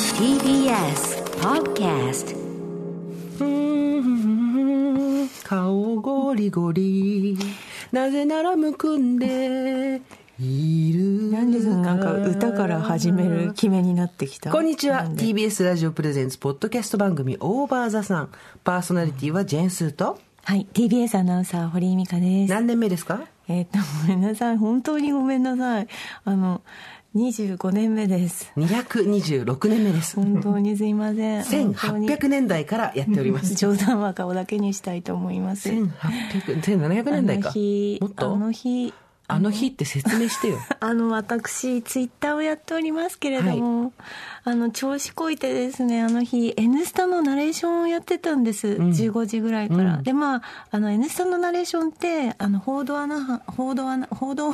TBS Podcast 顔ゴリゴリなぜならむくんでいるなんでなんか歌から始める決めになってきた。こんにちはなんで TBS ラジオプレゼンツポッドキャスト番組「オーバー・ザ・さんパーソナリティはジェーン・スーとはい、TBS アナウンサー堀井美香です。何年目ですかえっ、と、ごめんなさい。本当にごめんなさい。あの、25年目です。 226年目です本当にすいま せん。本当に1800年代からやっております冗談は顔だけにしたいと思います。 1800 1700年代あかの日、もっとあの日、あの日って説明 してよあの私ツイッターをやっておりますけれども、あの調子こいてですねあの日「N スタ」のナレーションをやってたんです、15時ぐらいから、でまあ「あの N スタ」のナレーションってあの報道アナ報道アナ報道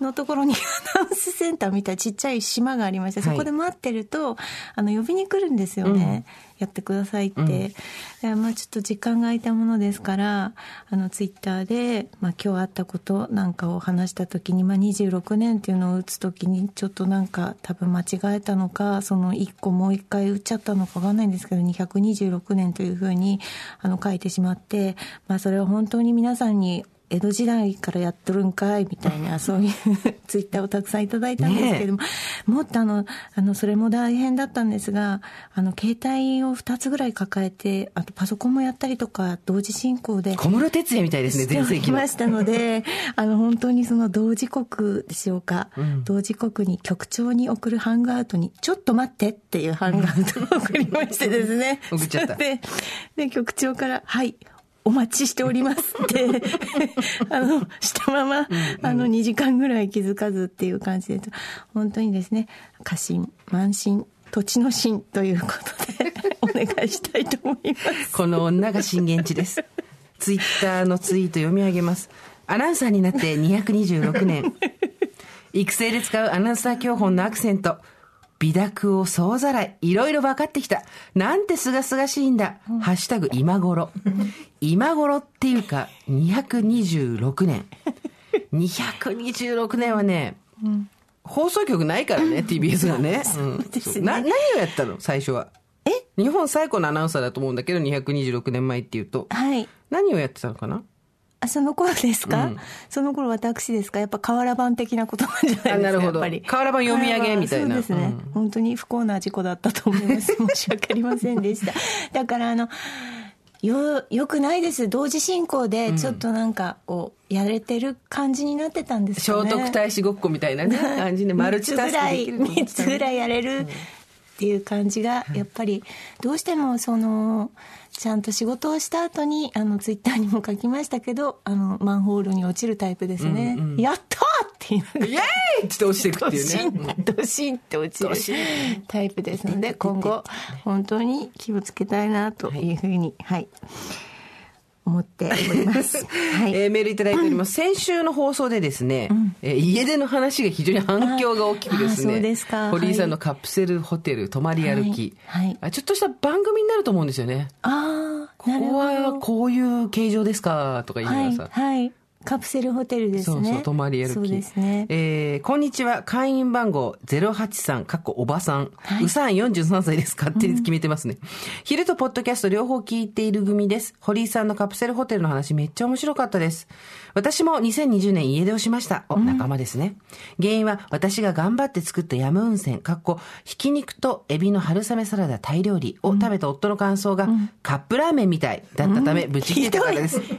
のところに アナウンスセンターみたいなちっちゃい島がありまして、はいそこで待ってるとあの呼びに来るんですよね、やってくださいって、でまあ、ちょっと時間が空いたものですからあのツイッターで、まあ、今日あったことなんかを話した時に、まあ、26年っていうのを打つ時にちょっとなんか多分間違えたのかその1個もう1回打っちゃったのかわかんないんですけど226年というふうにあの書いてしまって、まあ、それは本当に皆さんに江戸時代からやっとるんかいみたいなそういう ツイッターをたくさんいただいたんですけども、もっとあのあのそれも大変だったんですがあの携帯を2つぐらい抱えてあとパソコンもやったりとか同時進行で小室哲哉みたいですね全盛して期おのりましたので、 あの、本当にその同時刻でしょうか、同時刻に局長に送るハングアウトに、ちょっと待ってっていうハングアウトを送りましてですね。 送っちゃったそ れで、で、局長から、はい。お待ちしておりますって、 あの、したまま、あの、2時間ぐらい気づかずっていう感じで、本当にですね、過信、慢心、土地の心ということで、 お願いしたいと思います。 この女が震源地です。ツイッターのツイート読み上げます。アナウンサーになって226年。育成で使うアナウンサー教本のアクセント。美濁を総ざらい。いろいろ分かってきた。なんてすがすがしいんだ。ハッシュタグ今頃。今頃っていうか、226年。226年はね、放送局ないからね、TBS がね。 そうですねな何をやったの最初は。日本最古のアナウンサーだと思うんだけど、226年前っていうと。はい。何をやってたのかなあその頃ですか、その頃私ですかやっぱ瓦版的なことなんじゃないですかあなるほどやっぱり瓦版読み上げみたいなそうですね、本当に不幸な事故だったと思います 申し訳ありませんでしただからあのよよくないです同時進行でちょっとなんかこうやれてる感じになってたんです聖よね、徳太子ごっこみたいなね、感じでマルチタスクできると思って3つぐらいやれるっていう感じがやっぱりどうしてもそのちゃんと仕事をした後にあのツイッターにも書きましたけどあのマンホールに落ちるタイプですね、やったーって言いながらイエーイって落ちていくってドいうシね。ンドシンって落ちるタイプですので今後本当に気をつけたいなというふうにはい思っております。はいえーメールいただいております。先週の放送でですね、えー家出の話が非常に反響が大きくですああね、そうですか堀井さんのカプセルホテル泊まり歩き、はいはいあちょっとした番組になると思うんですよね。ああここはこういう形状ですかとか言いながはらい、さ、はい、カプセルホテルですね。そうそう、泊まり歩き。そうですね。えーこんにちは。会員番号083、かっこおばさん。うさん43歳です。勝手に決めてますね。昼とポッドキャスト両方聞いている組です。堀井さんのカプセルホテルの話めっちゃ面白かったです。私も2020年家出をしました。お、仲間ですね。原因は私が頑張って作ったヤムウンセン、かっこひき肉とエビの春雨サラダタイ料理を食べた夫の感想が、カップラーメンみたいだったため、ぶち切れたからです。ひど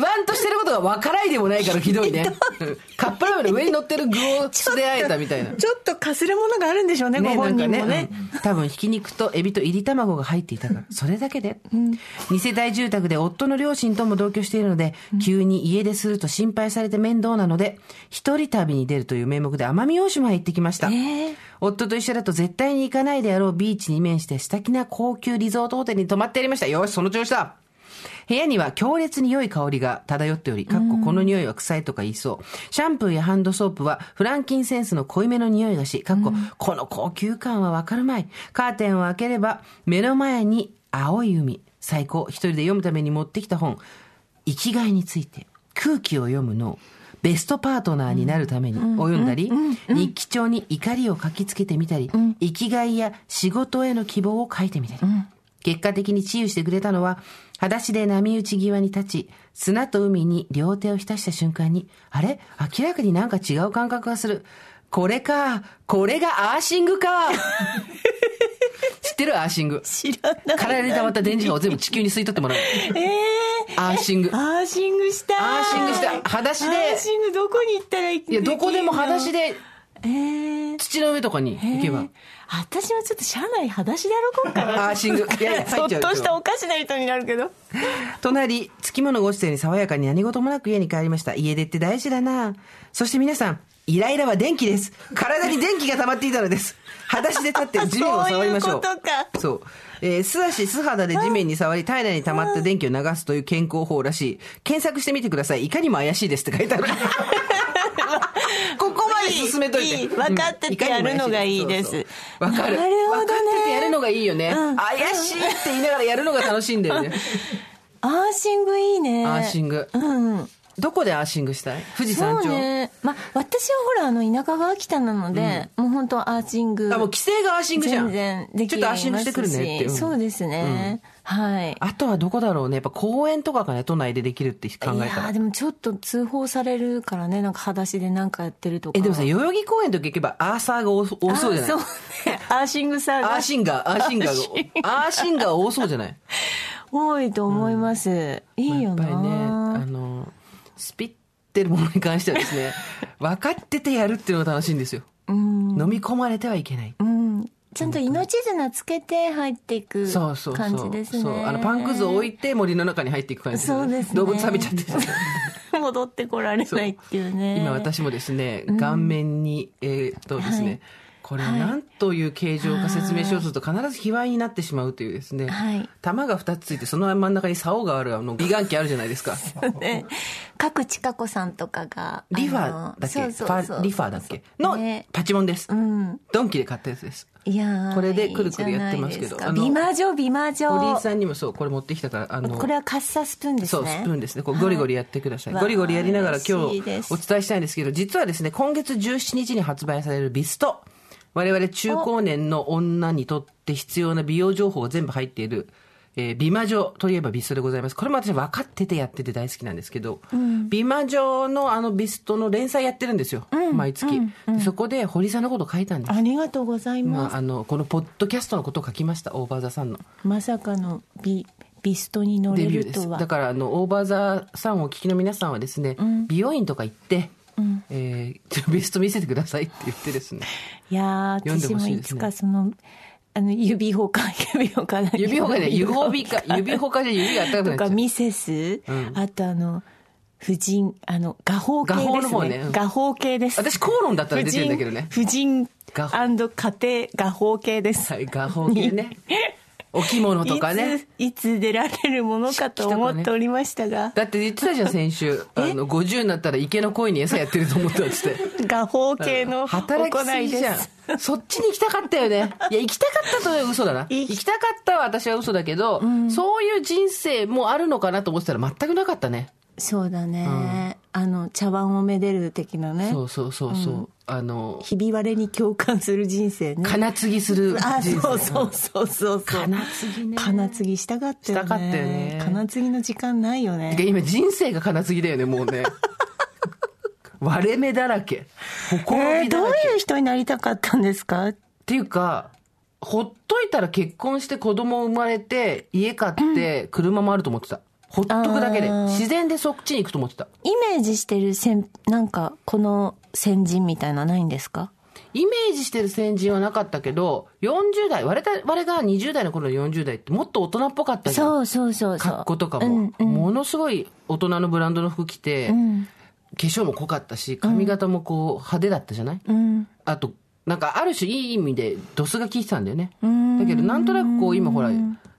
言わんとしてることが分からいでもないからひどいね。うんカップラーメンの上に乗ってる具を素であえたみたいな。ちょっとかするものがあるんでしょうね、ご本人もね。うん多分ひき肉とエビといり卵が入っていたからそれだけで、二世帯住宅で夫の両親とも同居しているので、急に家出すると心配されて面倒なので一人旅に出るという名目で奄美大島へ行ってきました、えー夫と一緒だと絶対に行かないであろうビーチに面して下気な高級リゾートホテルに泊まってやりましたよしその調子だ部屋には強烈に良い香りが漂っており、かっここの匂いは臭いとか言いそう。シャンプーやハンドソープはフランキンセンスの濃いめの匂いがし、かっここの高級感はわかるまい。カーテンを開ければ目の前に青い海。最高。一人で読むために持ってきた本。生きがいについて。空気を読む脳。ベストパートナーになるために泳んだり、日記帳に怒りを書きつけてみたり、生きがいや仕事への希望を書いてみたり、結果的に治癒してくれたのは、裸足で波打ち際に立ち、砂と海に両手を浸した瞬間に、あれ明らかになんか違う感覚がする。これか、これがアーシングか。知ってるアーシング。知らない体に溜まった電磁波を全部地球に吸い取ってもらう。ええアーシング。アーシングしたいアーシングしたい裸足でアーシングどこに行ったらいいいや、どこでも裸足でできるのええ土の上とかに行けば。私もちょっと車内裸足で歩こうかなアーシ ングいやいやちょ入っっちゃうとしたおかしな人になるけど隣、月物ご姿勢に爽やかに何事もなく家に帰りました。家出って大事だなそして皆さん、イライラは電気です。体に電気が溜まっていたのです。裸足で立って地 面を触りましょう。そういうことかそう。えー素足、素肌で地面に触り、体内に溜まった電気を流すという健康法らしい。検索してみてください。いかにも怪しいですって書いてある。ここまで進めといて。いい分かっててやるのがいいですうんいかにも怪しいそうそうわかる。なるほど分ねかっててやるのがいいよね。うん怪しいって言いながらやるのが楽しいんだよね。アーシングいいねアーシングうんどこでアーシングしたい富士山そ頂、うねまあ私はほらあの田舎が秋田なので、もう本当アーシングあもう規制がアーシングじゃん全然できちょっとアーシングしてくるねって、ますしそうですね、はいあとはどこだろうねやっぱ公園とかがね都内でできるって考いえたやーらでもちょっと通報されるからねなんか裸足でなんかやってるとかえでもさ代々木公園とか行けばアーサーが多そう多そうじゃないあそうねアーシングさんアがーシンガーアーシンガアーシンーがアーシンガー多そうじゃない多いと思います、いいよな、やっぱりねあのスピってるものに関してはです ね分かっててやるっていうのが楽しいんですようん飲み込まれてはいけないうんちゃんと命綱つけて入っていくそうそうそう感じですね。そうあのパンくずを置いて森の中に入っていく感じそうですね動物食べちゃってる 戻ってこられないっていうね。今私もですね顔面に、えーっとですね、はいこれなんという形状か説明しようとすると必ず卑猥になってしまうというですね、はい玉が2つついてその真ん中に竿があるあの美顔器あるじゃないですか ね、各千佳子さんとかがリファだっけそうそうフそうァリファだっけのねパチモンです、うんドンキで買ったやつですいやーこれでくるくるやってますけどいいじゃあないですのか美魔女美魔堀井女さんにもそうこれ持ってきたからあのこれはカッサスプーンですそねうスプーンですねこうゴリゴリやってください、はいゴリゴリやりながら今嬉し日いですお伝えしたいんですけど実はですね今月17日に発売されるビスト我々中高年の女にとって必要な美容情報が全部入っている、えー美魔女といえばビストでございますこれも私分かっててやってて大好きなんですけど、美魔女のあのビストの連載やってるんですよ、毎月、でそこで堀さんのこと書いたんですありがとうございます、まあ、あのこのポッドキャストのことを書きましたオーバーザさんのまさかのビビストに乗れデビューるでとすはだからあのオーバーザーさんをお聞きの皆さんはですね、美容院とか行って、えーちょっとベスト見せてくださいって言ってですね いやー読んで私ほもしいいですつねかそのあの指ほか 指ほか何指ほかじゃない指ほ びか指ほかじゃ指が温かとくなかっちミセス、んあとあの婦人あの画法系です画ね法の方ねうん画法系です私口論だったら出てるんだけどね婦人画法家庭画法系です、ゃうはい画法系ねお着物とかねいついつ出られるものかと思っておりましたが、だって言ってたじゃん先週あの50になったら池の恋に餌やってると思ったっつって画法系の働きす行いぎでじゃんす。 そっちに行きたかったよね。いや、行きたかったとは嘘だな。行行ききたかったは私は嘘だけど、そういう人生もあるのかなと思ってたら全くなかったね。そうだね、あの茶碗をめでる的なねそうそうそうそう。あの、ひび割れに共感する人生ね金継ぎする人あ生。そうそうそうそうそう金継ぎね金継ぎしたかったよねしたかったよね金継ぎの時間ないよてかね今人生が金継ぎだよね、もう ね。割れ目だらけ。ほころえびーだどうらけ。いう人になりたかったんですかっていうか、ほっといたら結婚して子供生まれて、家買って、車もあると思ってた。ほっとくだけであー。自然でそっちに行くと思ってた。イメージしてる先なんかこの先人みたいなないんですかイメージしてる先人はなかったけど、40代、我々我々が20代の頃の40代ってもっと大人っぽかったじゃん。そうそうそうそう格好とかも、うんうんものすごい大人のブランドの服着て、ん化粧も濃かったし、髪型もこう派手だったじゃない、うんあと、なんかある種いい意味でドスが効いてたんだよね。うんだけどなんとなくこう今ほら、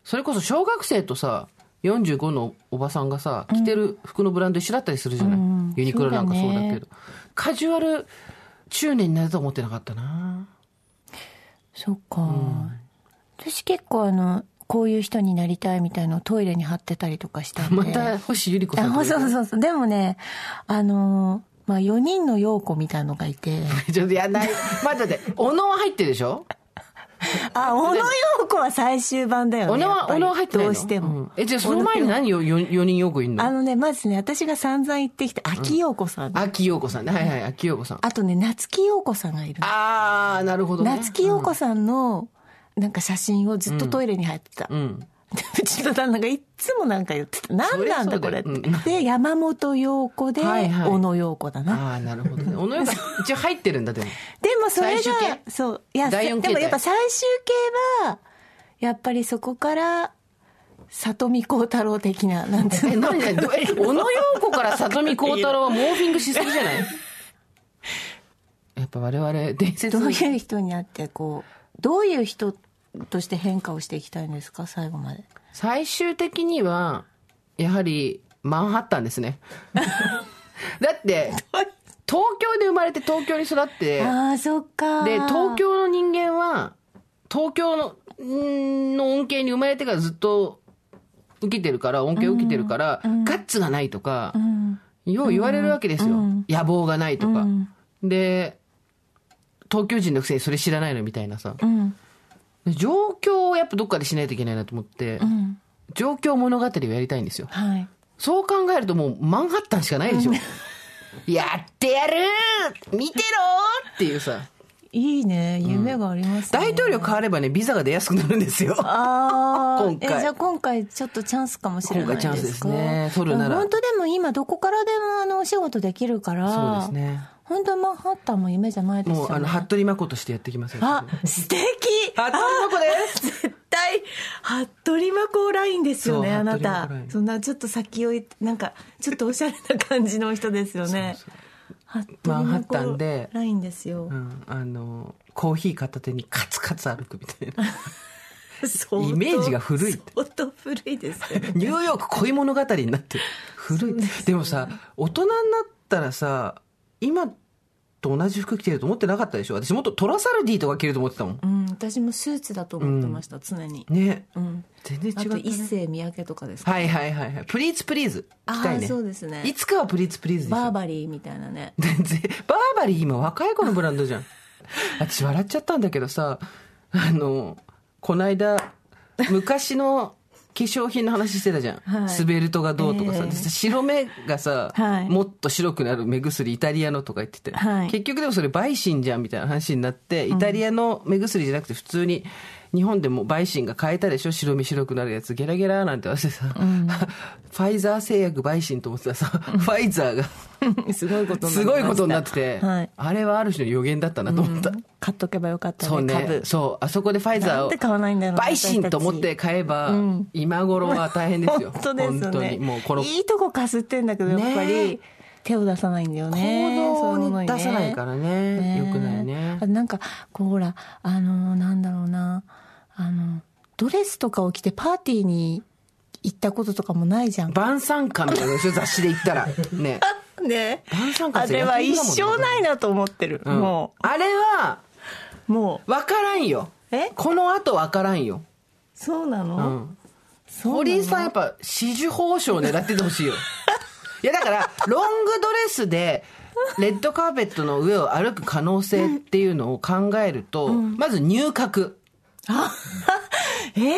それこそ小学生とさ、45のおばさんがさ、着てる服のブランド一緒だったりするじゃない、んユニクロなんかそうだけそうど。カジュアル中年になるとは思ってなかったなそっか、私結構あのこういう人になりたいみたいのをトイレに貼ってたりとかしたんでまた星ゆり子さあんそうとそうそうそうでもねあのまあ、4人の陽子みたいのがいてちょっとやんない。待って待って、おのは入ってるでしょあ小野陽子は最終版だよねおのやっは、ぱおりのは入ってないのどうしても、うんえ、じゃあその前に何よ、よ4人よくいんあののねまずね私が散々言ってきた秋陽子さん、秋陽子さんね。はいはい、秋陽子さん。あとね夏木陽子さんがいるあー、なるほどね。夏木陽子さんのなんか写真をずっとトイレに入ってた、 ううん。ちの旦那がいっつもなんか言ってた何なんだこれって、そりゃそうだよで山本陽子ではいはい小野陽子だな、あー、なるほどね。おのよが一応入ってるんだ、でも。でもそれが最終形そういや第で四形態もやっぱ最終形はやっぱりそこから里見光太郎的 ななんていえ、うの何何どえ小野陽子から里見光太郎はモーフィングしすぎじゃないやっぱ我々、伝説どのういう人になってこうどういう人として変化をしていきたいんですか最後まで最終的にはやはりマンハッタンですねだって東京で生まれて東京に育ってああそっかで東京の人間は東京のんの恩恵に生まれてからずっと受けてるから恩恵を受けてるから、ガッツがないとか、よう言われるわけですよ、野望がないとか、で東京人のくせにそれ知らないのみたいなさ、んで状況をやっぱどっかでしないといけないなと思って、ん状況物語をやりたいんですよはいそう考えるともうマンハッタンしかないでしょ、やってやるー見てろーっていうさいいね夢がありますね、大統領変わればね、ビザが出やすくなるんですよ。ああ今回えじゃあ今回ちょっとチャンスかもしれないですか今回チャンスですね取るなら本当でも今どこからでもあのお仕事できるからそうですね本当マンハッタンも夢じゃないですもよ、う、ね、あの、服部真子としてやってきますよ。 あ素敵服部真子ですす絶対服部真子ラインですよねそうあな服部真た子ラインそんなちょっと先をいなんかちょっとおしゃれな感じの人ですよね服部マンハ真ッタンで子ラインですよう、ん、あの、コーヒー片手にカツカツ歩くみたいな。相当イメージが古い相当古いですよね ニューヨーク恋物語になってる。古い。でもさ、大人になったらさ、今と同じ服着てると思ってなかったでしょ私もっとトラサルディとか着ると思ってたもん。うん、私もスーツだと思ってました、常に、ね。うん、全然違あう、と一世三宅とかですか、はいはいはいはい。プリーツプリーズ。着たいね。あーそうですねいつかはプリーツプリーズでしょバーバリーみたいなね全然バーバリー今若い子のブランドじゃん私笑っちゃったんだけどさあのこないだ昔の化粧品の話してたじゃん、はいスベルトがどうとかさ、ええ白目がさ、はいもっと白くなる目薬イタリアのとか言ってて、はい結局でもそれ陪審じゃんみたいな話になってイタリアの目薬じゃなくて普通に日本でも陪審が変えたでしょ白身白くなるやつゲラゲラなんて私さ、 ファイザー製薬陪審と思ってたらさ、ファイザーが すごいことすごいことになってて、はいあれはある種の予言だったなと思った、買っとけばよかったねそうね株そうあそこでファイザーなをんで買わないんだろう陪審と思って買えば、今頃は大変ですよ 本当です本当にねもうこのいいとこかすってんだけどやっぱり、ねえ手を出さないんだよね行そうう動のに出さないからね良くないねあなんかこうほらあのなんだろうなあのドレスとかを着てパーティーに行ったこととかもないじゃん晩餐館みたいなのでしょ雑誌で言ったら ねね晩餐会あってれは焼き一肉だもん生ねないなと思ってる、うんもあれはうもう分からんよえこの後分からんよ、そうなの、うん、そう堀な井さんやっぱ紫綬褒章を狙っててほしいよいやだからロングドレスでレッドカーペットの上を歩く可能性っていうのを考えると、まず入閣 えー、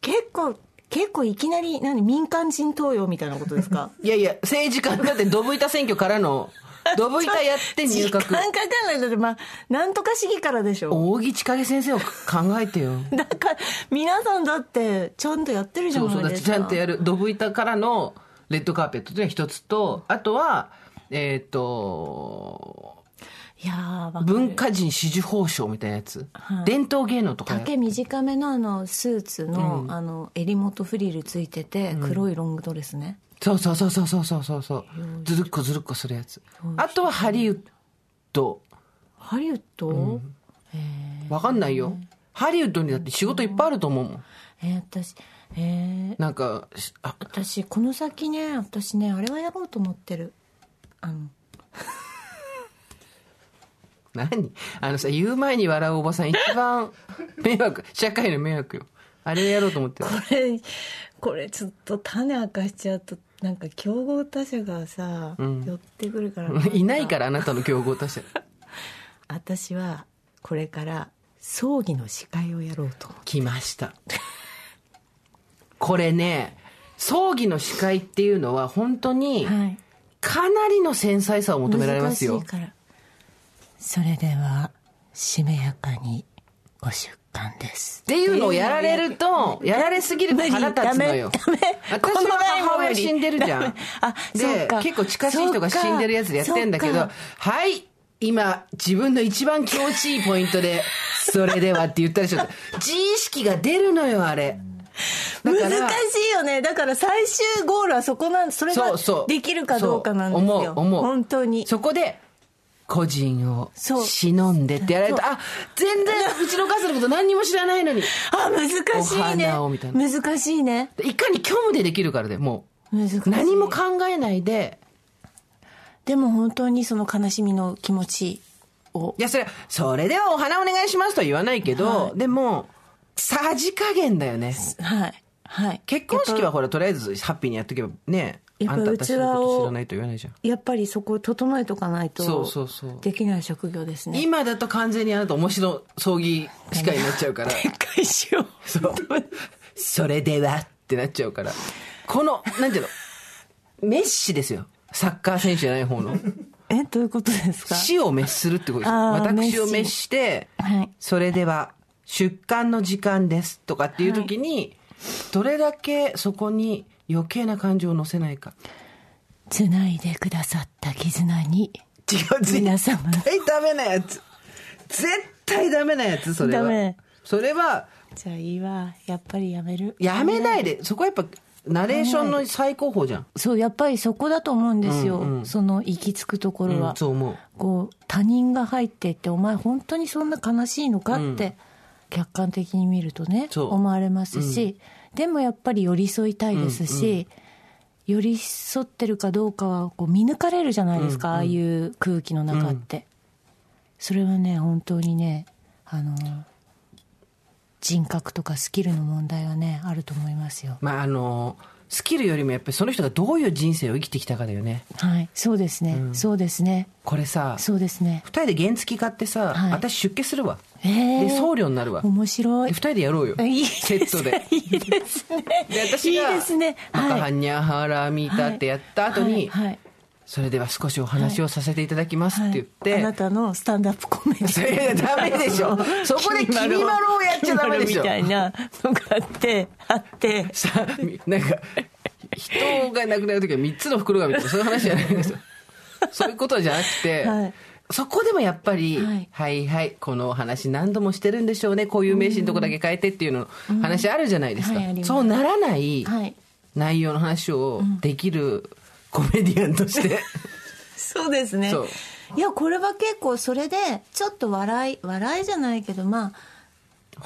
結構結構いきなり何民間人登用みたいなことです かいやいや政治家だってドブ板選挙から のドブ板やって入時間か閣かんないだってまあなんとか市議からでしょ扇千景先生を考えてよだから皆さんだってちゃんとやってるじゃそうそうなだいっでてすかちゃんとやるドブ板からのレッドカーペットというのは一つとあとはえーっ、といやーわかる文化人紫綬褒章みたいなやつ、はい伝統芸能とかや丈短めのあのスーツの,、あの襟元フリルついてて黒いロングドレスね、そうそうそうそうそうそうそうそうずるっこずるっこするやつあとはハリウッドハリウッド、わかんないよハリウッドにだって仕事いっぱいあると思うもんえー私えーなんかしあ私この先ね私ねあれはやろうと思ってるあの何あのさ言う前に笑うおばさん一番迷惑社会の迷惑よあれやろうと思ってるこれこれちょっと種明かしちゃうとなんか競合他社がさ、うん寄ってくるから いないかららあなたの競合他社私はこれから葬儀の司会をやろうと思う来ましたこれね葬儀の司会っていうのは本当にはいかなりの繊細さを求められますよ難しいからそれではしめやかにご出棺ですっていうのをやられるとやられすぎると腹立つのよダメダメ私このはラインも母親無理死んでるじゃダんメあそうでか結構近しい人が死んでるやつでやってんだけそどうかはい今自分の一番気持ちいいポイントで「それでは」って言ったでしょ自意識が出るのよあれだから難しいよねだから最終ゴールはそこなんそれがそうそうできるかどうかなんですそうよ思う思う本当にそこで個人をそう忍んでってやられるとあ全然うちのお母さんのこと何にも知らないのにあ難しいおね花をみたいな難しいねいかに虚無でできるからでも難しいう何も考えないででも本当にその悲しみの気持ちをいやそれそれではお花お願いしますとは言わないけど、はでもさじ加減だよねはいはい結婚式はほらとりあえずハッピーにやっとけばねやあっぱんた私のこうちわとを知らないと言わないじゃんやっぱりそこを整えとかないとそうそうそうできない職業ですね今だと完全にあなた面白葬儀司会になっちゃう から撤回しようそう。それではってなっちゃうから。この、なんていうの、メッシですよ。サッカー選手じゃない方の。えどういうことですか死を滅するってことです。あー私を滅滅して、はいそれでは、出棺の時間ですとかっていう時に、どれだけそこに余計な感情を乗せないか。つないでくださった絆に違う、絶皆様対ダメなやつ。絶対ダメなやつ、それは。ダメそれは、じゃあいいわやっぱりやめるやめないで。そこはやっぱ、ナレーションの最高峰じゃん。そうやっぱりそこだと思うんですよ、うんうんその行き着くところは、うんそう思う。こう他人が入ってってお前本当にそんな悲しいのかって、客観的に見るとねそう思われますし、でもやっぱり寄り添いたいですし、寄り添ってるかどうかはこう見抜かれるじゃないですか、ああいう空気の中って、それはね本当にねあの人格とかスキルの問題はねあると思いますよまああのスキルよりもやっぱりその人がどういう人生を生きてきたかだよねはいそうですね、そうですねこれさそうですね二人で原付買ってさ、はい私出家するわ、えーで僧侶になるわで面白い二人でやろうよいいセットで。いいですね。で私がいいですね。マカはハい。ニャハラミタってやった後に、はいはいそれでは少しお話をさせていただきますって言って、はいあなたのスタンダップコメディ。それダメでしょ そこで君まろをやっちゃダメでしょ君まろみたいなのがあってあってさなんか人が亡くなる時は3つの袋がみたいなそういう話じゃないんですよそういうことじゃなくて、はいそこでもやっぱり、ははいい、はいこのお話何度もしてるんでしょうねこういう名詞のとこだけ変えてっていうの話あるじゃないですか、はいありますそうならないはい。内容の話をできるコメディアンとして、 そうですねそういやこれは結構それでちょっと笑い笑いじゃないけどま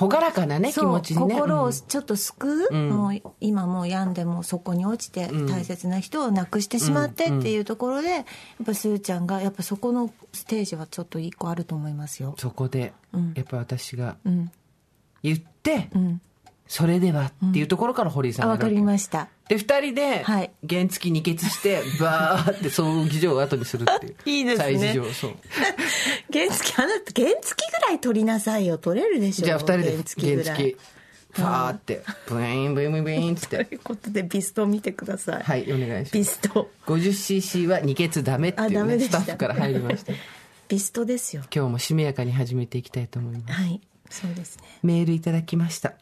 朗らかなあね気そ持うちにね心うをんちょっと救う、んもう今もう病んでもそこに落ちて大切な人を亡くしてしまってっていうところでやっぱすーちゃんがやっぱそこのステージはちょっと一個あると思いますよ。そこで、うんやっぱ私がうん言って、うんそれではっていうところから堀井さんあがわやるかわけり ましたで2人では原い付二欠 してバーって葬儀場を後にするっていういいですね催事場そう原付あなた原付ぐらい取りなさいよ取れるでしょじゃあ2人で原原付付ぐらいファーってブイーンブイーンブイーンっつっと ていうことでピストン見てください、はいお願いしピまスすト 50cc は二欠ダメっていあダう、メね、でスしたタッフから入りました ピストですよ今日もしめやかに始めていきたいと思いますはいそうですねメールいただきました。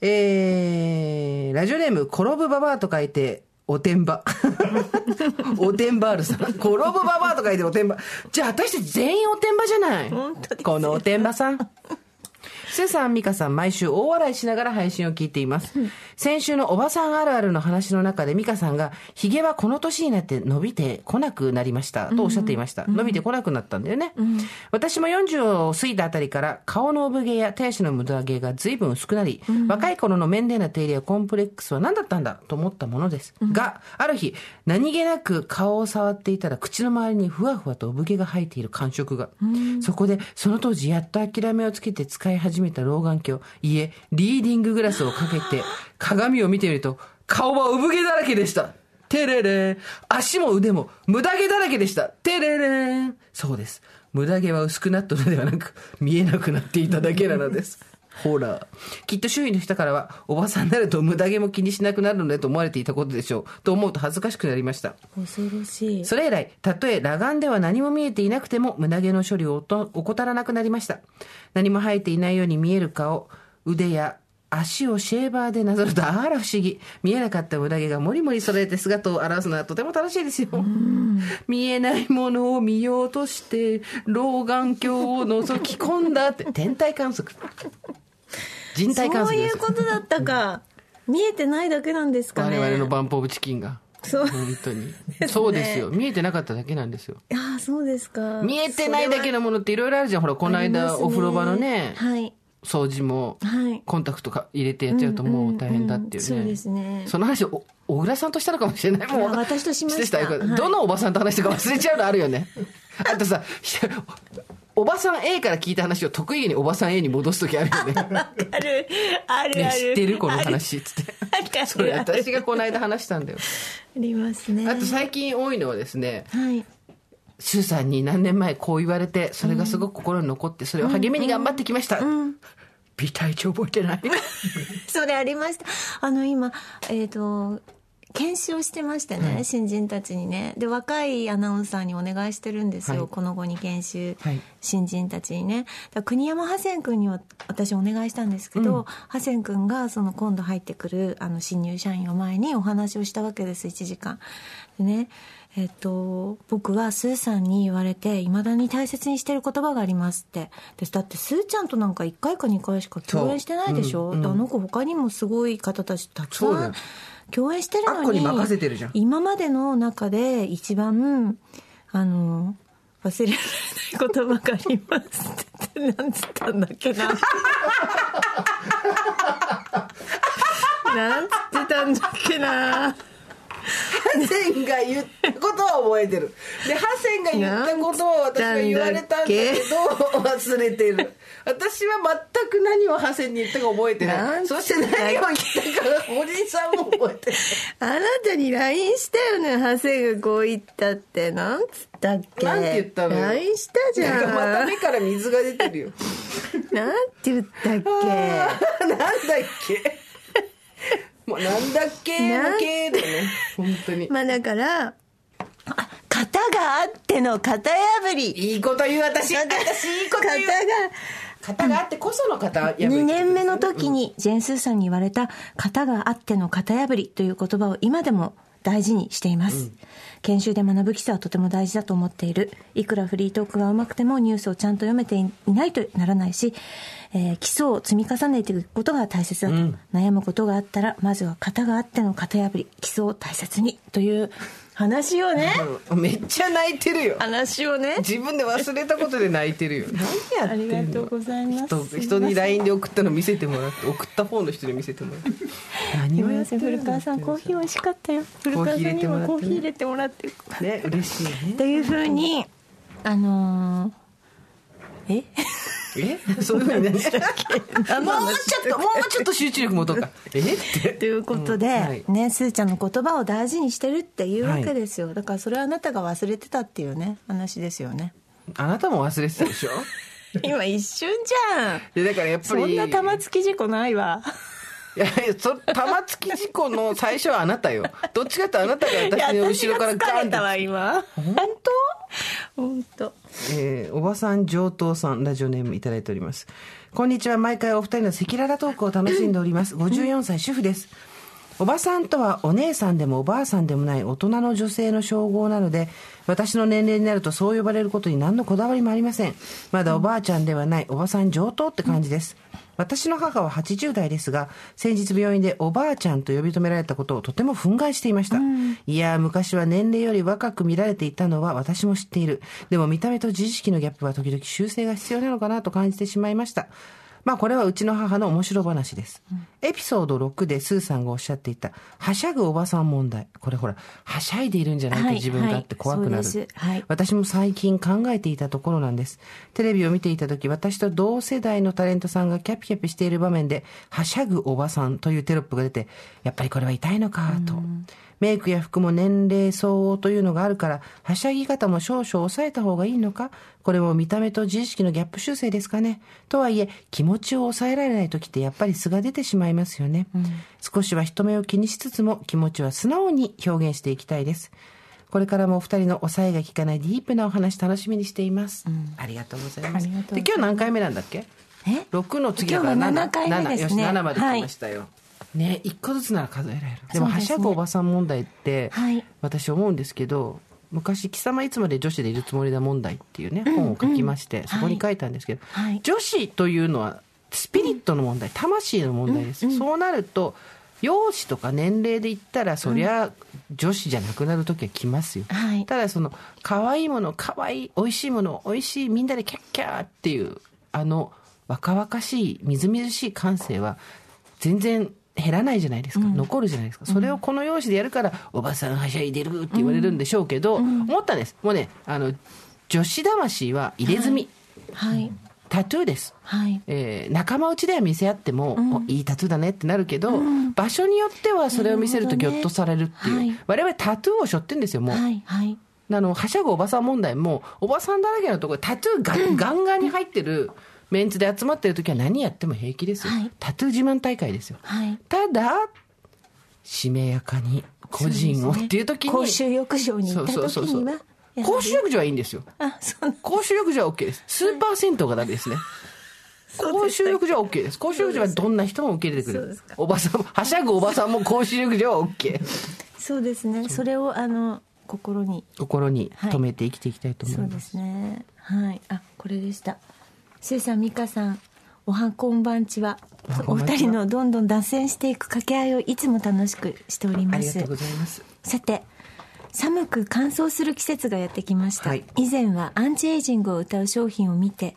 えー、ラジオネーム、転ぶババアと書いて、おてんば。 おてんばあるさん。転ぶババアと書いておてんば。じゃあ私たち全員おてんばじゃない。本当ですよこのおてんばさん。スーさん、ミカさん、毎週大笑いしながら配信を聞いています。先週のおばさんあるあるの話の中で、ミカさんが、ヒゲはこの年になって伸びてこなくなりました、とおっしゃっていました。伸びてこなくなったんだよね。私も40を過ぎたあたりから、顔の産毛や手足の無駄毛が随分薄くなり、若い頃の面倒な手入れやコンプレックスは何だったんだと思ったものです。が、ある日、何気なく顔を触っていたら、口の周りにふわふわと産毛が生えている感触が。そこで、その当時、やっと諦めをつけて使い始めた老眼鏡、いえ、リーディンググラスをかけて、鏡を見てみると、顔は産毛だらけでした。テレレ足も腕も無駄毛だらけでした。テレレそうです。無駄毛は薄くなったのではなく、見えなくなっていただけなのです。ほら。きっと周囲の人からは、おばさんになると無駄毛も気にしなくなるのねと思われていたことでしょう。と思うと恥ずかしくなりました。恐ろしいそれ以来、たとえ裸眼では何も見えていなくても、胸毛の処理をおと怠らなくなりました。何も生えていないように見える顔、腕や足をシェーバーでなぞると、あら不思議。見えなかった胸毛がもりもり揃えて姿を表すのはとても楽しいですよ。見えないものを見ようとして、老眼鏡を覗き込んだって、天体観測。人体観そう測でいすう。ことだったか見えてないだけなんですか我ね々のバンポーブチキンが。そう本当に。そうですよ。見えてなかっただけなんですよ。ああそうですか見えてないだけののものっていろいろあるじゃん。ほら、この間、お風呂場のね、はい掃除も、はいコンタクトか入れてやっちゃうともう大変だっていうね。うんうんうんそうですねその話を、お小倉さんとしたのかもしれない。もういや私としましたよはいどのおばさんと話したか忘れちゃうのあるよね。あとさ、おばさん A から聞いた話を得意におばさん A に戻すときあるよね。あるあるねある知ってるこのある話っつって。あるあるそれ私がこの間話したんだよ。ありますねあと最近多いのはですね、はい周さんに何年前こう言われてそれがすごく心に残ってそれを励みに頑張ってきました、美体調覚えて ない それありましたあの今えっ、と研修をしてましてね、新人たちにねで若いアナウンサーにお願いしてるんですよ、はいこの後に研修、はい新人たちにねだから国山ハセン君には私お願いしたんですけど、ハセン君がその今度入ってくるあの新入社員を前にお話をしたわけです1時間でねえっと、僕はスーさんに言われていまだに大切にしてる言葉がありますってでだってスーちゃんとなんか1回か2回しか共演してないでしょ、であの子他にもすごい方たちたくさそうだよん共演してるあっのこにに任せてるじゃん今までの中で一番あの忘れられない言葉がありますって言って何つったんだっけななんつってたんだっけなハセンが言ったことは覚えてるでハセンが言ったことは私が言われたんだけど忘れてる私は全く何をハセンに言ったか覚えてななんいつそして何を言ったかおじさんも覚えてる あなたに LINE したよね長谷がこう言ったってなんつったっけなんて言ったのよ LINE したじゃなんんかまた目から水が出てるよなんて言ったっあけ ーなんだっけ もうなんだっけなんの系だよね本当にまあだからあ型があっての型破りいいこと言う私私いいこと言う型があってこその型破り型が2年目の時にジェンスーさんに言われた「型があっての型破り」という言葉を今でも大事にしています、研修で学ぶ基礎はとても大事だと思っているいくらフリートークがうまくてもニュースをちゃんと読めていないとならないし、えー基礎を積み重ねていくことが大切だと、悩むことがあったらまずは型があっての型破り基礎を大切にという話をね うんめっちゃ泣いてるよ話をね自分で忘れたことで泣いてるよ何やあってりんのがとうございます人人に LINE で送ったの見せてもらって送った方の人に見せてもらって何をやってるの古川さんコーヒー美味しかったよ古川さんにもコーヒー入れてもらってね嬉しいねというふうにあのーええそういうふう にねもうちょっともうちょっと集中力持とうかえってということうんはいで、ねすーちゃんの言葉を大事にしてるっていうわけですよ、だからそれはあなたが忘れてたっていうね話ですよ ねあなたも忘れてたでしょ今一瞬じゃんでだからやっぱりそんな玉突き事故ないわいやいやそ玉突き事故の最初はあなた よどっちかってあなたがいや私の後ろから私ガが疲ンれってたわ今本当本当えーおばさん上等さんラジオネームいただいておりますこんにちは毎回お二人の赤裸々トークを楽しんでおります54歳主婦ですおばさんとはお姉さんでもおばあさんでもない大人の女性の称号なので私の年齢になるとそう呼ばれることに何のこだわりもありませんまだおばあちゃんではないおばさん上等って感じです私の母は80代ですが先日病院でおばあちゃんと呼び止められたことをとても憤慨していました、いやー昔は年齢より若く見られていたのは私も知っているでも見た目と自意識のギャップは時々修正が必要なのかなと感じてしまいましたまあこれはうちの母の面白話です。エピソード6でスーさんがおっしゃっていた、はしゃぐおばさん問題。これほら、はしゃいでいるんじゃないかはい自分がって怖くなる。はいそうですはい私も最近考えていたところなんです。テレビを見ていた時、私と同世代のタレントさんがキャピキャピしている場面で、はしゃぐおばさんというテロップが出て、やっぱりこれは痛いのか、と。メイクや服も年齢相応というのがあるから、はしゃぎ方も少々抑えた方がいいのかこれも見た目と自意識のギャップ修正ですかねとはいえ、気持ちを抑えられない時ってやっぱり素が出てしまいますよね。少しは人目を気にしつつも気持ちは素直に表現していきたいです。これからもお二人の抑えが効かないディープなお話楽しみにしています。ありがとうございます。ありがとうございますで今日何回目なんだっけえ六の次だから今七日は7回目ですねよし7まで来ましたよ、ね一個ずつなら数えられるでもそうはですしねゃぐおばさん問題って、はい私思うんですけど昔「貴様いつまで女子でいるつもりだ問題」っていうね、本を書きまして、そこに書いたんですけど、はい女子というのはスピリットの問題、魂の問題です、そうなると容姿とか年齢で言ったらそりゃ女子じゃなくなる時は来ますよ、はいただその可愛いもの可愛い美味しいもの美味しいみんなでキャッキャーっていうあの若々しいみずみずしい感性は全然減らないじゃないですか、残るじゃないですかそれをこの容姿でやるから、おばさんはしゃいでるって言われるんでしょうけど、思ったんですもうねあの女子魂は入れ墨、はいタトゥーですはいえー仲間内では見せ合っても、おいいタトゥーだねってなるけど、ん場所によってはそれを見せるとなぎるょほっどねとされるっていう、はい我々タトゥーを背負ってんですよもう、はいはいあのはしゃぐおばさん問題もおばさんだらけのところでタトゥーが、ガンガンに入ってるメンツで集まってる時は何やっても平気ですよ、はいタトゥー自慢大会ですよはいただしめやかに個人をっていう時に公衆浴場に行った時には公衆浴場はいいんですよあそうなん公衆浴場は OK ですスーパー銭湯がダメですね公衆浴場は OK です公衆浴場はどんな人も受け入れてくれるおばさんもはしゃぐおばさんも公衆浴場は OK そうですねそれをあの心に心に留めて生きていきたいと思いそうます、ですねはいあこれでしたスーさん美香さんおはこんばんちはおはこおんばんちは二人のどんどん脱線していく掛け合いをいつも楽しくしておりあまりがすとうございますさて寒く乾燥する季節がやってきました、はい以前はアンチエイジングを歌う商品を見て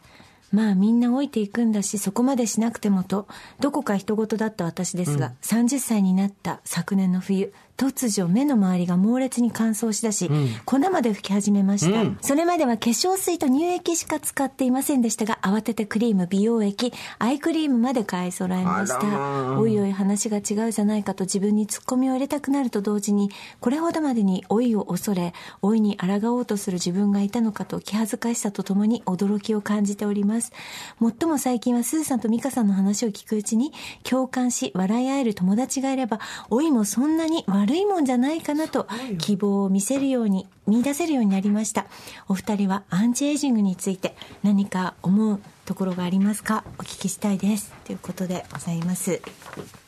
まあみんな老いていくんだしそこまでしなくてもとどこか人事だった私ですが、30歳になった昨年の冬突如目の周りが猛烈に乾燥しだし、粉まで吹き始めました、それまでは化粧水と乳液しか使っていませんでしたが慌ててクリーム美容液アイクリームまで買い揃えましあらまあたおいおい話が違うじゃないかと自分にツッコミを入れたくなると同時にこれほどまでに老いを恐れ老いに抗おうとする自分がいたのかと気恥ずかしさとともに驚きを感じておりますもっとも最近はスーさんと美香さんの話を聞くうちに共感し笑い合える友達がいれば老いもそんなに悪いもんじゃないかなと希望を見せるように見出せるようになりましたお二人はアンチエイジングについて何か思うところがありますかお聞きしたいですということでございます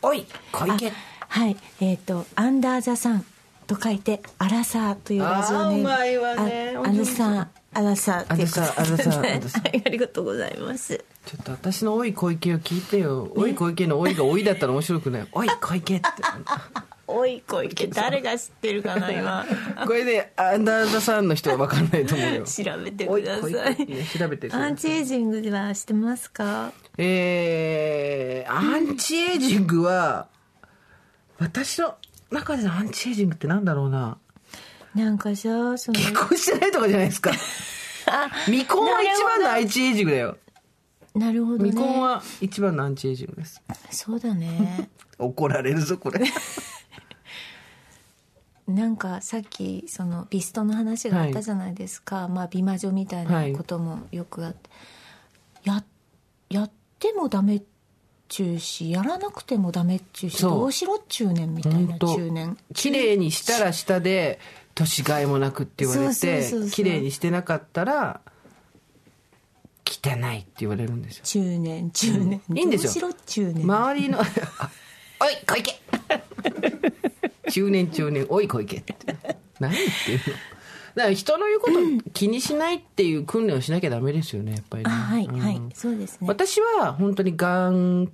おい小あ池はいえっ、と「アンダーザさん」と書いて「アラサー」というラジオネームあーうまいわねああのさアラサーっていうことアラサーアラサーでアラサーはい ありがとうございますちょっと私の「おい小池」を聞いてよ「おい小池」の「おい」が「おい」だったら面白くない「おい小池」っておい小池誰が知ってるかな今これでアンダーザさんの人は分かんないと思うよ調べてくだおいさ小池いね調べてくださいアンチエイジングはしてますかえー、アンチエイジングは、私の中でのアンチエイジングってなんだろうな。なんかさその結婚してないとかじゃないですか。あ未婚は一番のアンチエイジングだよ。なるほどね未婚は一番のアンチエイジングです。そうだね怒られるぞ、 これ。なんかさっきそのビストの話があったじゃないですか、まあ美魔女みたいなこともよくあって、ややってもダメっちゅうしやらなくてもダメっちゅうしそうどうしろっちゅうねんみたいほんなと中年綺麗にしたら下で、年がいもなくって言われそうてそうそうそう、綺麗にしてなかったら、汚いって言われるんですよ。中年中年、いいんですよどうしろっちゅうねん、周 りの「おい小 池!」中年中年「おい小池」って何言って るのだから人の言うこと気にしないっていう訓練をしなきゃダメですよねやっぱりあねはい、うんはいそうですね私は本当に眼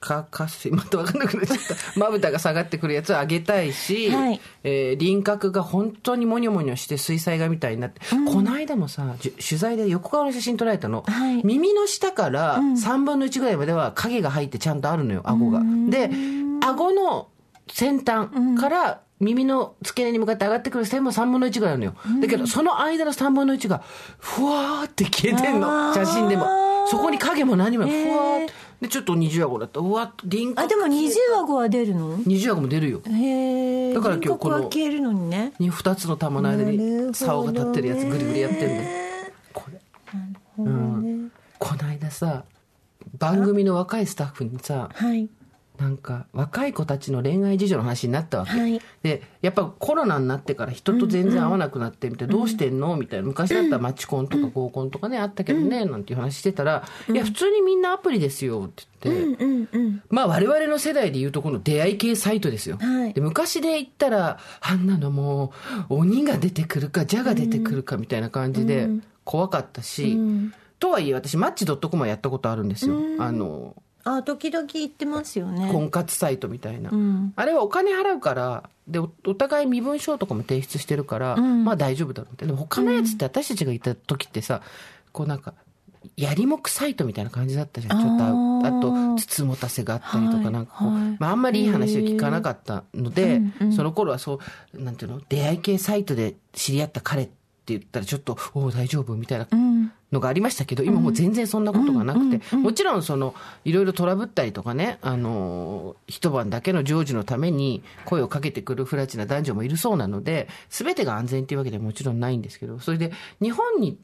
かかせまた分かんなくなっちゃったまぶたが下がってくるやつをあげたいし、はいえー輪郭が本当にモニョモニョして水彩画みたいになって、この間もさじゅ取材で横顔の写真撮られたの、はい耳の下から3分の1ぐらいまでは影が入ってちゃんとあるのよ顎が。で顎の先端から耳の付け根に向かって上がってくる線も3分の1ぐらいあるのよ、だけどその間の3分の1がふわーって消えてんのあー写真でもそこに影も何もふわーって、でちょっと20話後だったうわ輪あ郭でも20話後は出るの20話後も出るよへえだから今日このは消えるのにねに2つの玉の間なるほどにね竿が立ってるやつぐりぐりやってんだよこれうんこないださ番組の若いスタッフにさはいなんか若い子たちの恋愛事情の話になったわけ、はいでやっぱコロナになってから人と全然会わなくなってみたいな、どうしてんのみたいな昔だったらマチコンとか合コンとかねあったけどね、なんていう話してたら「いや普通にみんなアプリですよ」って言って、うんうんまあ我々の世代でいうとこの出会い系サイトですよ、はいで昔で言ったらあんなのもう鬼が出てくるか蛇が出てくるかみたいな感じで怖かったし、とはいえ私マッチ .com はやったことあるんですよ、あのあ時々言ってますよね婚活サイトみたいな、んあれはお金払うからでおお互い身分証とかも提出してるから、まあ大丈夫だろうってでも他のやつって私たちがいた時ってさ、こうなんかやりもくサイトみたいな感じだったじゃんちょっとああーあとつつもたせがあったりとはかいなんかこう、はいまあ、あんまりいい話を聞かなかったので、その頃はそうなんていうの出会い系サイトで知り合った彼って言ったらちょっと「おお大丈夫」みたいなうんのがありましたけど、今もう全然そんなことがなくて、もちろんその、いろいろトラブったりとかね、あの、一晩だけの成就のために声をかけてくる不らちな男女もいるそうなので、すべてが安全っていうわけではもちろんないんですけど、それで日本に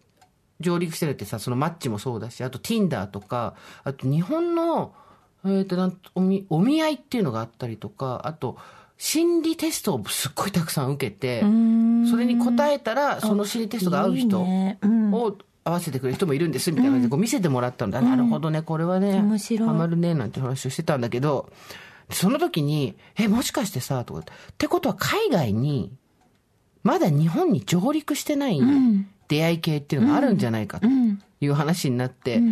上陸してるってさ、そのマッチもそうだし、あと Tinder とか、あと日本の、えーと、なんとおみ、お見合いっていうのがあったりとか、あと、心理テストをすっごいたくさん受けて、それに答えたら、その心理テストが合う人いいねうんを合わせてくれる人もいるんですみたいな感じでこう見せてもらったのだ、なるほどねこれはね面白いハマるねなんて話をしてたんだけどその時に「えもしかしてさ」とかってってことは海外にまだ日本に上陸してない出会い系っていうのがあるんじゃないかという話になって、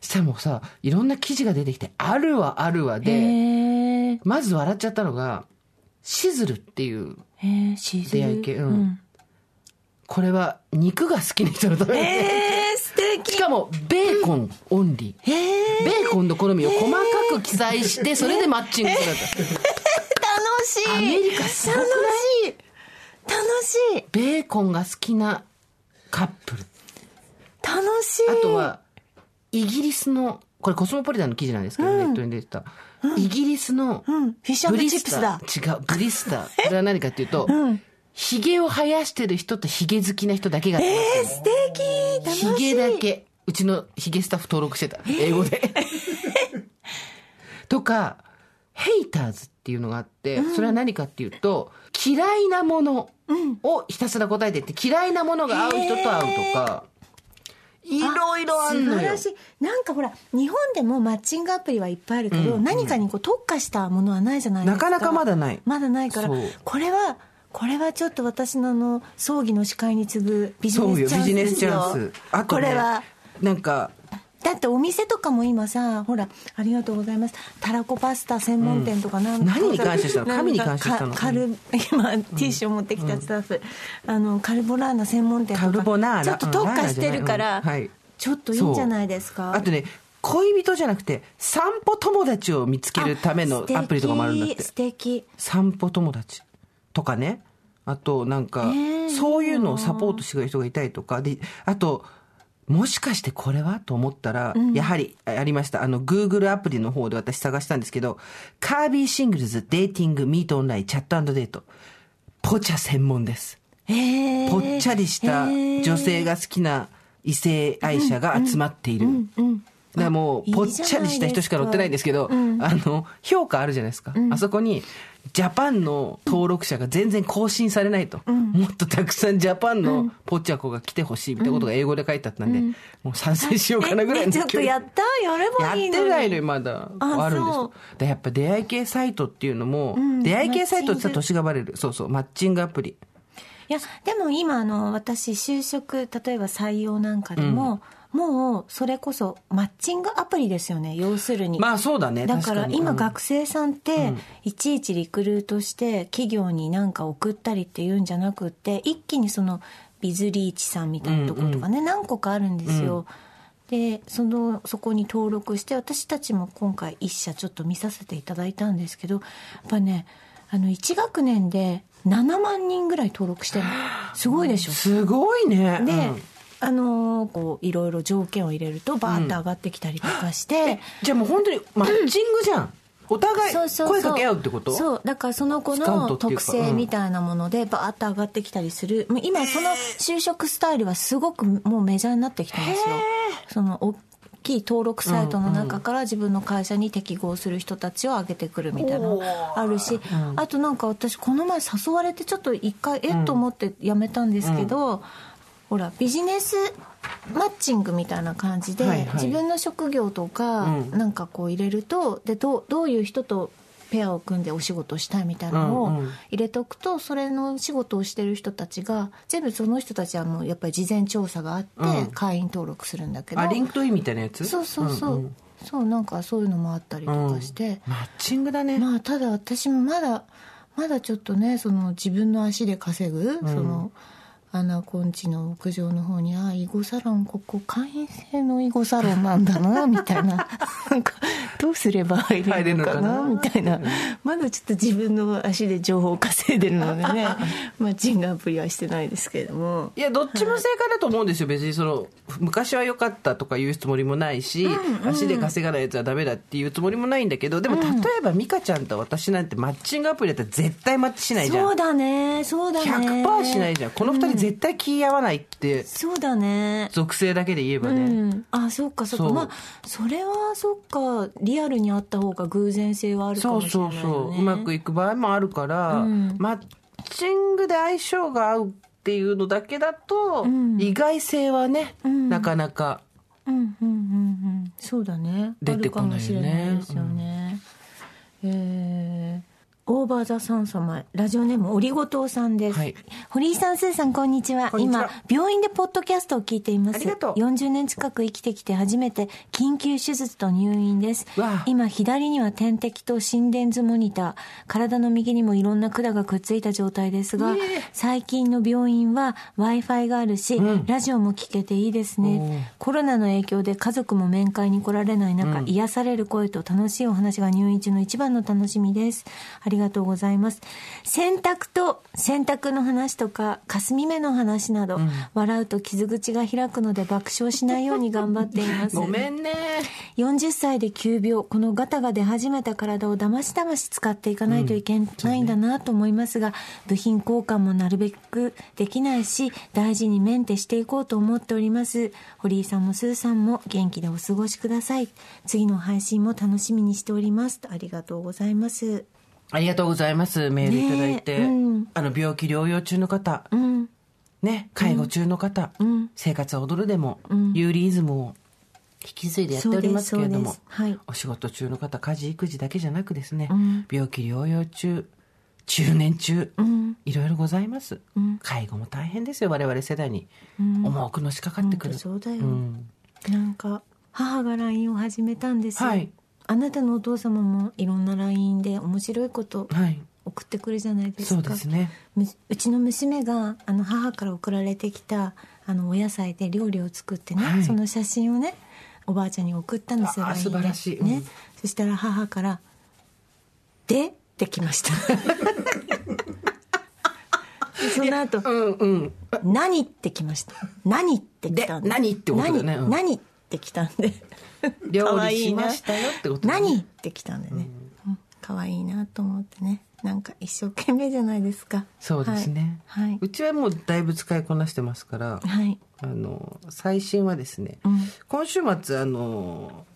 そしたらもうさいろんな記事が出てきて「あるわあるわ」へでえまず笑っちゃったのがシズルっていうへえシーズン出会い系うんこれは肉が好きな人のために。ええ素敵しかもベーコンオンリー、ベーコンの好みを細かく記載してそれでマッチングするんだっ楽しいたアメリカすごくない楽しいベーコンが好きなカップル楽しいあとはイギリスのこれコスモポリタンの記事なんですけど、ネットに出てた、イギリスのんフィッシュブリチップスだスター違うブリスターこれは何かっていうと、ヒゲを生やしてる人とヒゲ好きな人だけが集まってるえ素敵楽しいヒゲだけうちのヒゲスタッフ登録してた英語で とかヘイターズっていうのがあって、それは何かっていうと嫌いなものをひたすら答えてって嫌いなものが合う人と会うとかいろいろあん素の晴よらしいなんかほら日本でもマッチングアプリはいっぱいあるけど、何かにこう特化したものはないじゃないですかなかなかまだないまだないからそうこれはこれはちょっと私のあの葬儀の司会に次ぐビジネスチャンスですよあと、こね、れはなんかだってお店とかも今さほらありがとうございますたらこパスタ専門店とかなんか、何に感謝したの神に感謝したのかカル今ティッシュを持ってきたスタッフ、あのカルボラーナ専門店とかカルボナーラちょっと特化してるから、うんラーナじゃないうんはいちょっといいんじゃないですかあとね恋人じゃなくて散歩友達を見つけるためのアプリとかもあるんだっ素敵て素敵散歩友達とかねあとなんか、えそういうのをサポートしてくれる人がいたりとかであともしかしてこれはと思ったら、やはりあありましたあの Google アプリの方で私探したんですけどカービーシングルズデーティングミートオンラインチャットデートポチャ専門ですえーぽっちゃりした女性が好きな異性愛者が集まっている。だからもう、ぽっちゃりした人しか乗ってないんですけど、あの、評価あるじゃないですか。あそこに、ジャパンの登録者が全然更新されないと。もっとたくさんジャパンのぽっちゃ子が来てほしいみたいなことが英語で書いてあったんで、もう参戦しようかなぐらいえのちょっとやったやればいいやっのてにないのよまだああるんですそうよでやっぱ出会い系サイトっていうのも、出会い系サイトってさ年がバレるそうそうマッチングアプリいやでも今あの私就職例えば採用なんかでも、もうそれこそマッチングアプリですよね要するに、まあそうだねだから確に今うん学生さんっていちいちリクルートして企業に何か送ったりっていうんじゃなくって一気にそのビズリーチさんみたいなところとかね何個かあるんですよ。でそのそこに登録して私たちも今回一社ちょっと見させていただいたんですけどやっぱねあの1学年で7万人ぐらい登録してるのすごいでしょすごいね。で、うんあのーこういろいろ条件を入れるとバーッと上がってきたりとかして、じゃあもう本当にマッチングじゃん。お互いそうそうそ声うかけ合うってことそうだからその子スカウトのっていうか特性みたいなものでバーッと上がってきたりするもう今その就職スタイルはすごくもうメジャーになってきたんですよその大きい登録サイトの中から自分の会社に適合する人たちを上げてくるみたいなのあるし、あとなんか私この前誘われてちょっと一回えっと思って辞めたんですけど、ほらビジネスマッチングみたいな感じで、はいはい自分の職業とか、うんなんかこう入れるとでどうどういう人とペアを組んでお仕事をしたいみたいなのうんをうん入れとくと、それの仕事をしてる人たちが全部その人たちはもうやっぱり事前調査があって、うん会員登録するんだけどあ、リンクトインみたいなやつそうそうそう、んんそうなんかそういうのもあったりとかして、マッチングだね。まあただ私もまだまだちょっとねその自分の足で稼ぐ、そのアナコンチの屋上の方にああ囲碁サロンここ会員制の囲碁サロンなんだなみたい ななんかどうすれば入れるのか入れなるのみたいなまだちょっと自分の足で情報を稼いでるので ねマッチングアプリはしてないですけれどもいや、どっちも正解だと思うんですよ。別にその、昔は良かったとか言うつもりもないし、足で稼がないやつはダメだっていうつもりもないんだけど、でも例えば美香ちゃんと私なんてマッチングアプリだったら絶対マッチしないじゃん。そうだねそうだね100%しないじゃん。この二人絶対気合わないって、そうだね属性だけで言えばね。うん、あそっかそっかそうまあそれはそっかリアルにあった方が偶然性はあるかそもうしれそなうい、ね、そううまくいく場合もあるから、うんマッチングで相性が合うっていうのだけだと、ん意外性はね、んなかなかうんうんうんうんそうだね出てこないよねあるかもしれないですよね、えーオーバーザさん様ラジオネームオリゴ糖さんです、はい堀井さんスーさんこんにちはこんにちは今病院でポッドキャストを聞いていますありがとう40年近く生きてきて初めて緊急手術と入院ですわあ今左には点滴と心電図モニター体の右にもいろんな管がくっついた状態ですが、最近の病院は w i f i があるし、ラジオも聞けていいですねコロナの影響で家族も面会に来られない中、癒される声と楽しいお話が入院中の一番の楽しみですありがとうございます洗濯と洗濯の話とか霞目の話など、笑うと傷口が開くので爆笑しないように頑張っていますごめんね40歳で急病このガタが出始めた体をだましだまし使っていかないといけないんだなと思いますが、部品交換もなるべくできないし大事にメンテしていこうと思っております堀井さんもスーさんも元気でお過ごしください次の配信も楽しみにしておりますありがとうございますありがとうございますメールいただいて、ねえうんあの病気療養中の方、うんね介護中の方、ん生活は踊るでも、有利イズムを引き継いでやっておりますけれども、そうですそうですはいお仕事中の方家事育児だけじゃなくですね、ん病気療養中中年中、んいろいろございます、介護も大変ですよ我々世代に、重くのしかかってくる本当そうだよんなんか母が LINE を始めたんですよ、はいあなたのお父様もいろんな LINE で面白いことはい送ってくるじゃないですそかうですねむうちの娘があの母から送られてきたあのお野菜で料理を作ってね、はいその写真をねおばあちゃんに送ったんですよあ LINE 素晴らしいでね、うんそしたら母から「で?」ってきました でその後うんうん何?」ってきました「何?」ってきたんで何ってことだよね何うん何ってきたんで料かわ理いしいなましたよってことだね何ってきたんでね、うん可愛いなと思ってねなんか一生懸命じゃないですかそうですね、はい、はいうちはもうだいぶ使いこなしてますから、はい。あの最新はですね、ん今週末あの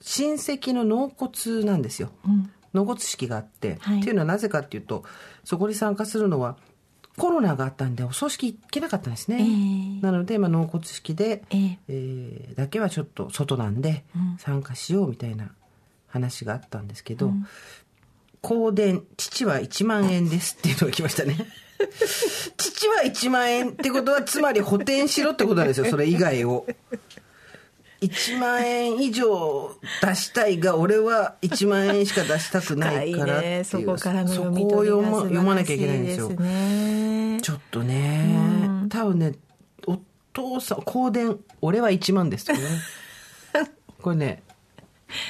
親戚の納骨なんですよ、ん納骨式があって、はいっていうのはなぜかっていうとそこに参加するのはコロナがあったんでお葬式行けなかったんですね、ええなので、まあ、納骨式で、えええーだけはちょっと外なんで参加しようみたいな話があったんですけど、香典父は1万円ですっていうのが来ましたね 父は1万円ってことはつまり補填しろってことなんですよそれ以外を1万円以上出したいが俺は1万円しか出したくないからっていうそこからのそ読みこを取り読がま素読晴まらなきゃしいいけないんでですよすね。ちょっとね、多分ね、お父さん、香典、俺は1万です とかね。これね、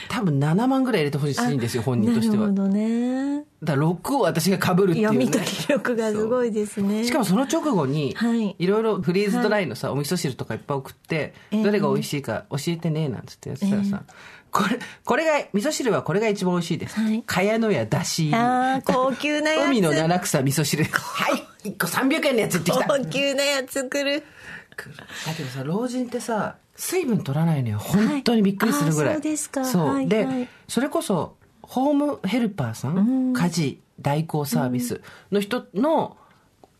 多分7万ぐらい入れてほしいんですよ、本人としてはなる。ほどね。だから6を私がかぶるっていう、読ね、み解き力がすごいですねしかもその直後に、はいいろいろフリーズドライのさ、お味噌汁とかいっぱい送って、ええどれが美味しいか教えてねなんつってやってたらさ、これこれが味噌汁はこれが一番美味しいです、はいかやのやだしあー高級なやつ海の七草味噌汁はい1個300円のやつ行ってきた高級なやつ来るだけどさ老人ってさ水分取らないのよ本当にびっくりするぐらい、あーそうですかそうはいで、はいそれこそホームヘルパーさん家事代行サービスの人の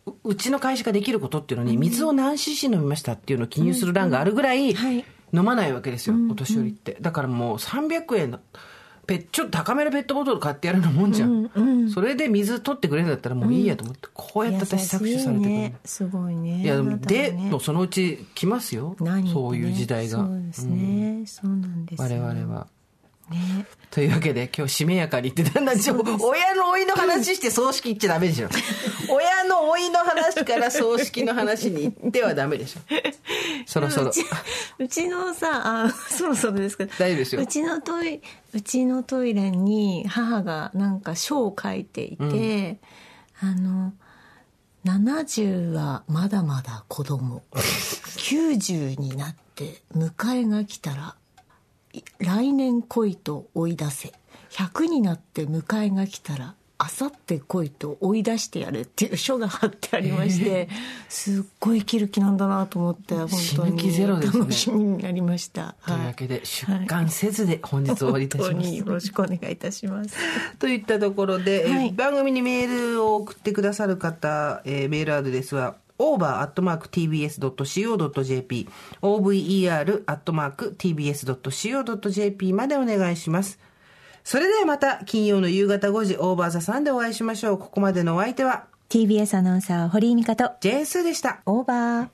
ううちの会社ができることっていうのに水を何 cc 飲みましたっていうのを記入する欄があるぐらいはい飲まないわけですよお年寄りってだからもう300円のペちょっと高めのペットボトル買ってやるのもんじゃん、それで水取ってくれるんだったらもういいやと思ってこうやって私搾取されてくるの優しいねすごいねいやあでなもたはでねのそのうち来ますよ何ってねそういう時代が、そうですね、そうなんですよ我々は。ねというわけで今日しめやかに言ってたんだけど親の老いの話して葬式行っちゃダメで しょ親の老いの話から葬式の話に行ってはダメでしょそろそ ろうちうちのさあ そろそろですけど大丈夫ですようちのトイうちのトイレに母がなんか書を書いていて、あの70はまだまだ 子供90になって迎えが来たらい来年来いと追い出せ100になって迎えが来たらあさって来いと追い出してやるっていう書が貼ってありまして、すっごい生きる気なんだなと思って本当死ぬに気ゼロですね楽しみになりました。というわけで出刊せずで本日終わりいたし本ま当にすよろしくお願いいたします。 といったところで、えーはい番組にメールを送ってくださる方、えーメールアドレスは over.tbs.co.jp over.tbs.co.jp までお願いします。それではまた金曜の夕方5時オーバーザさんでお会いしましょう。ここまでのお相手は TBS アナウンサー堀井美香と JS でした。オーバー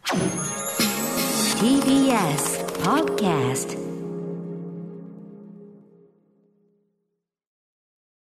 TBS Podcast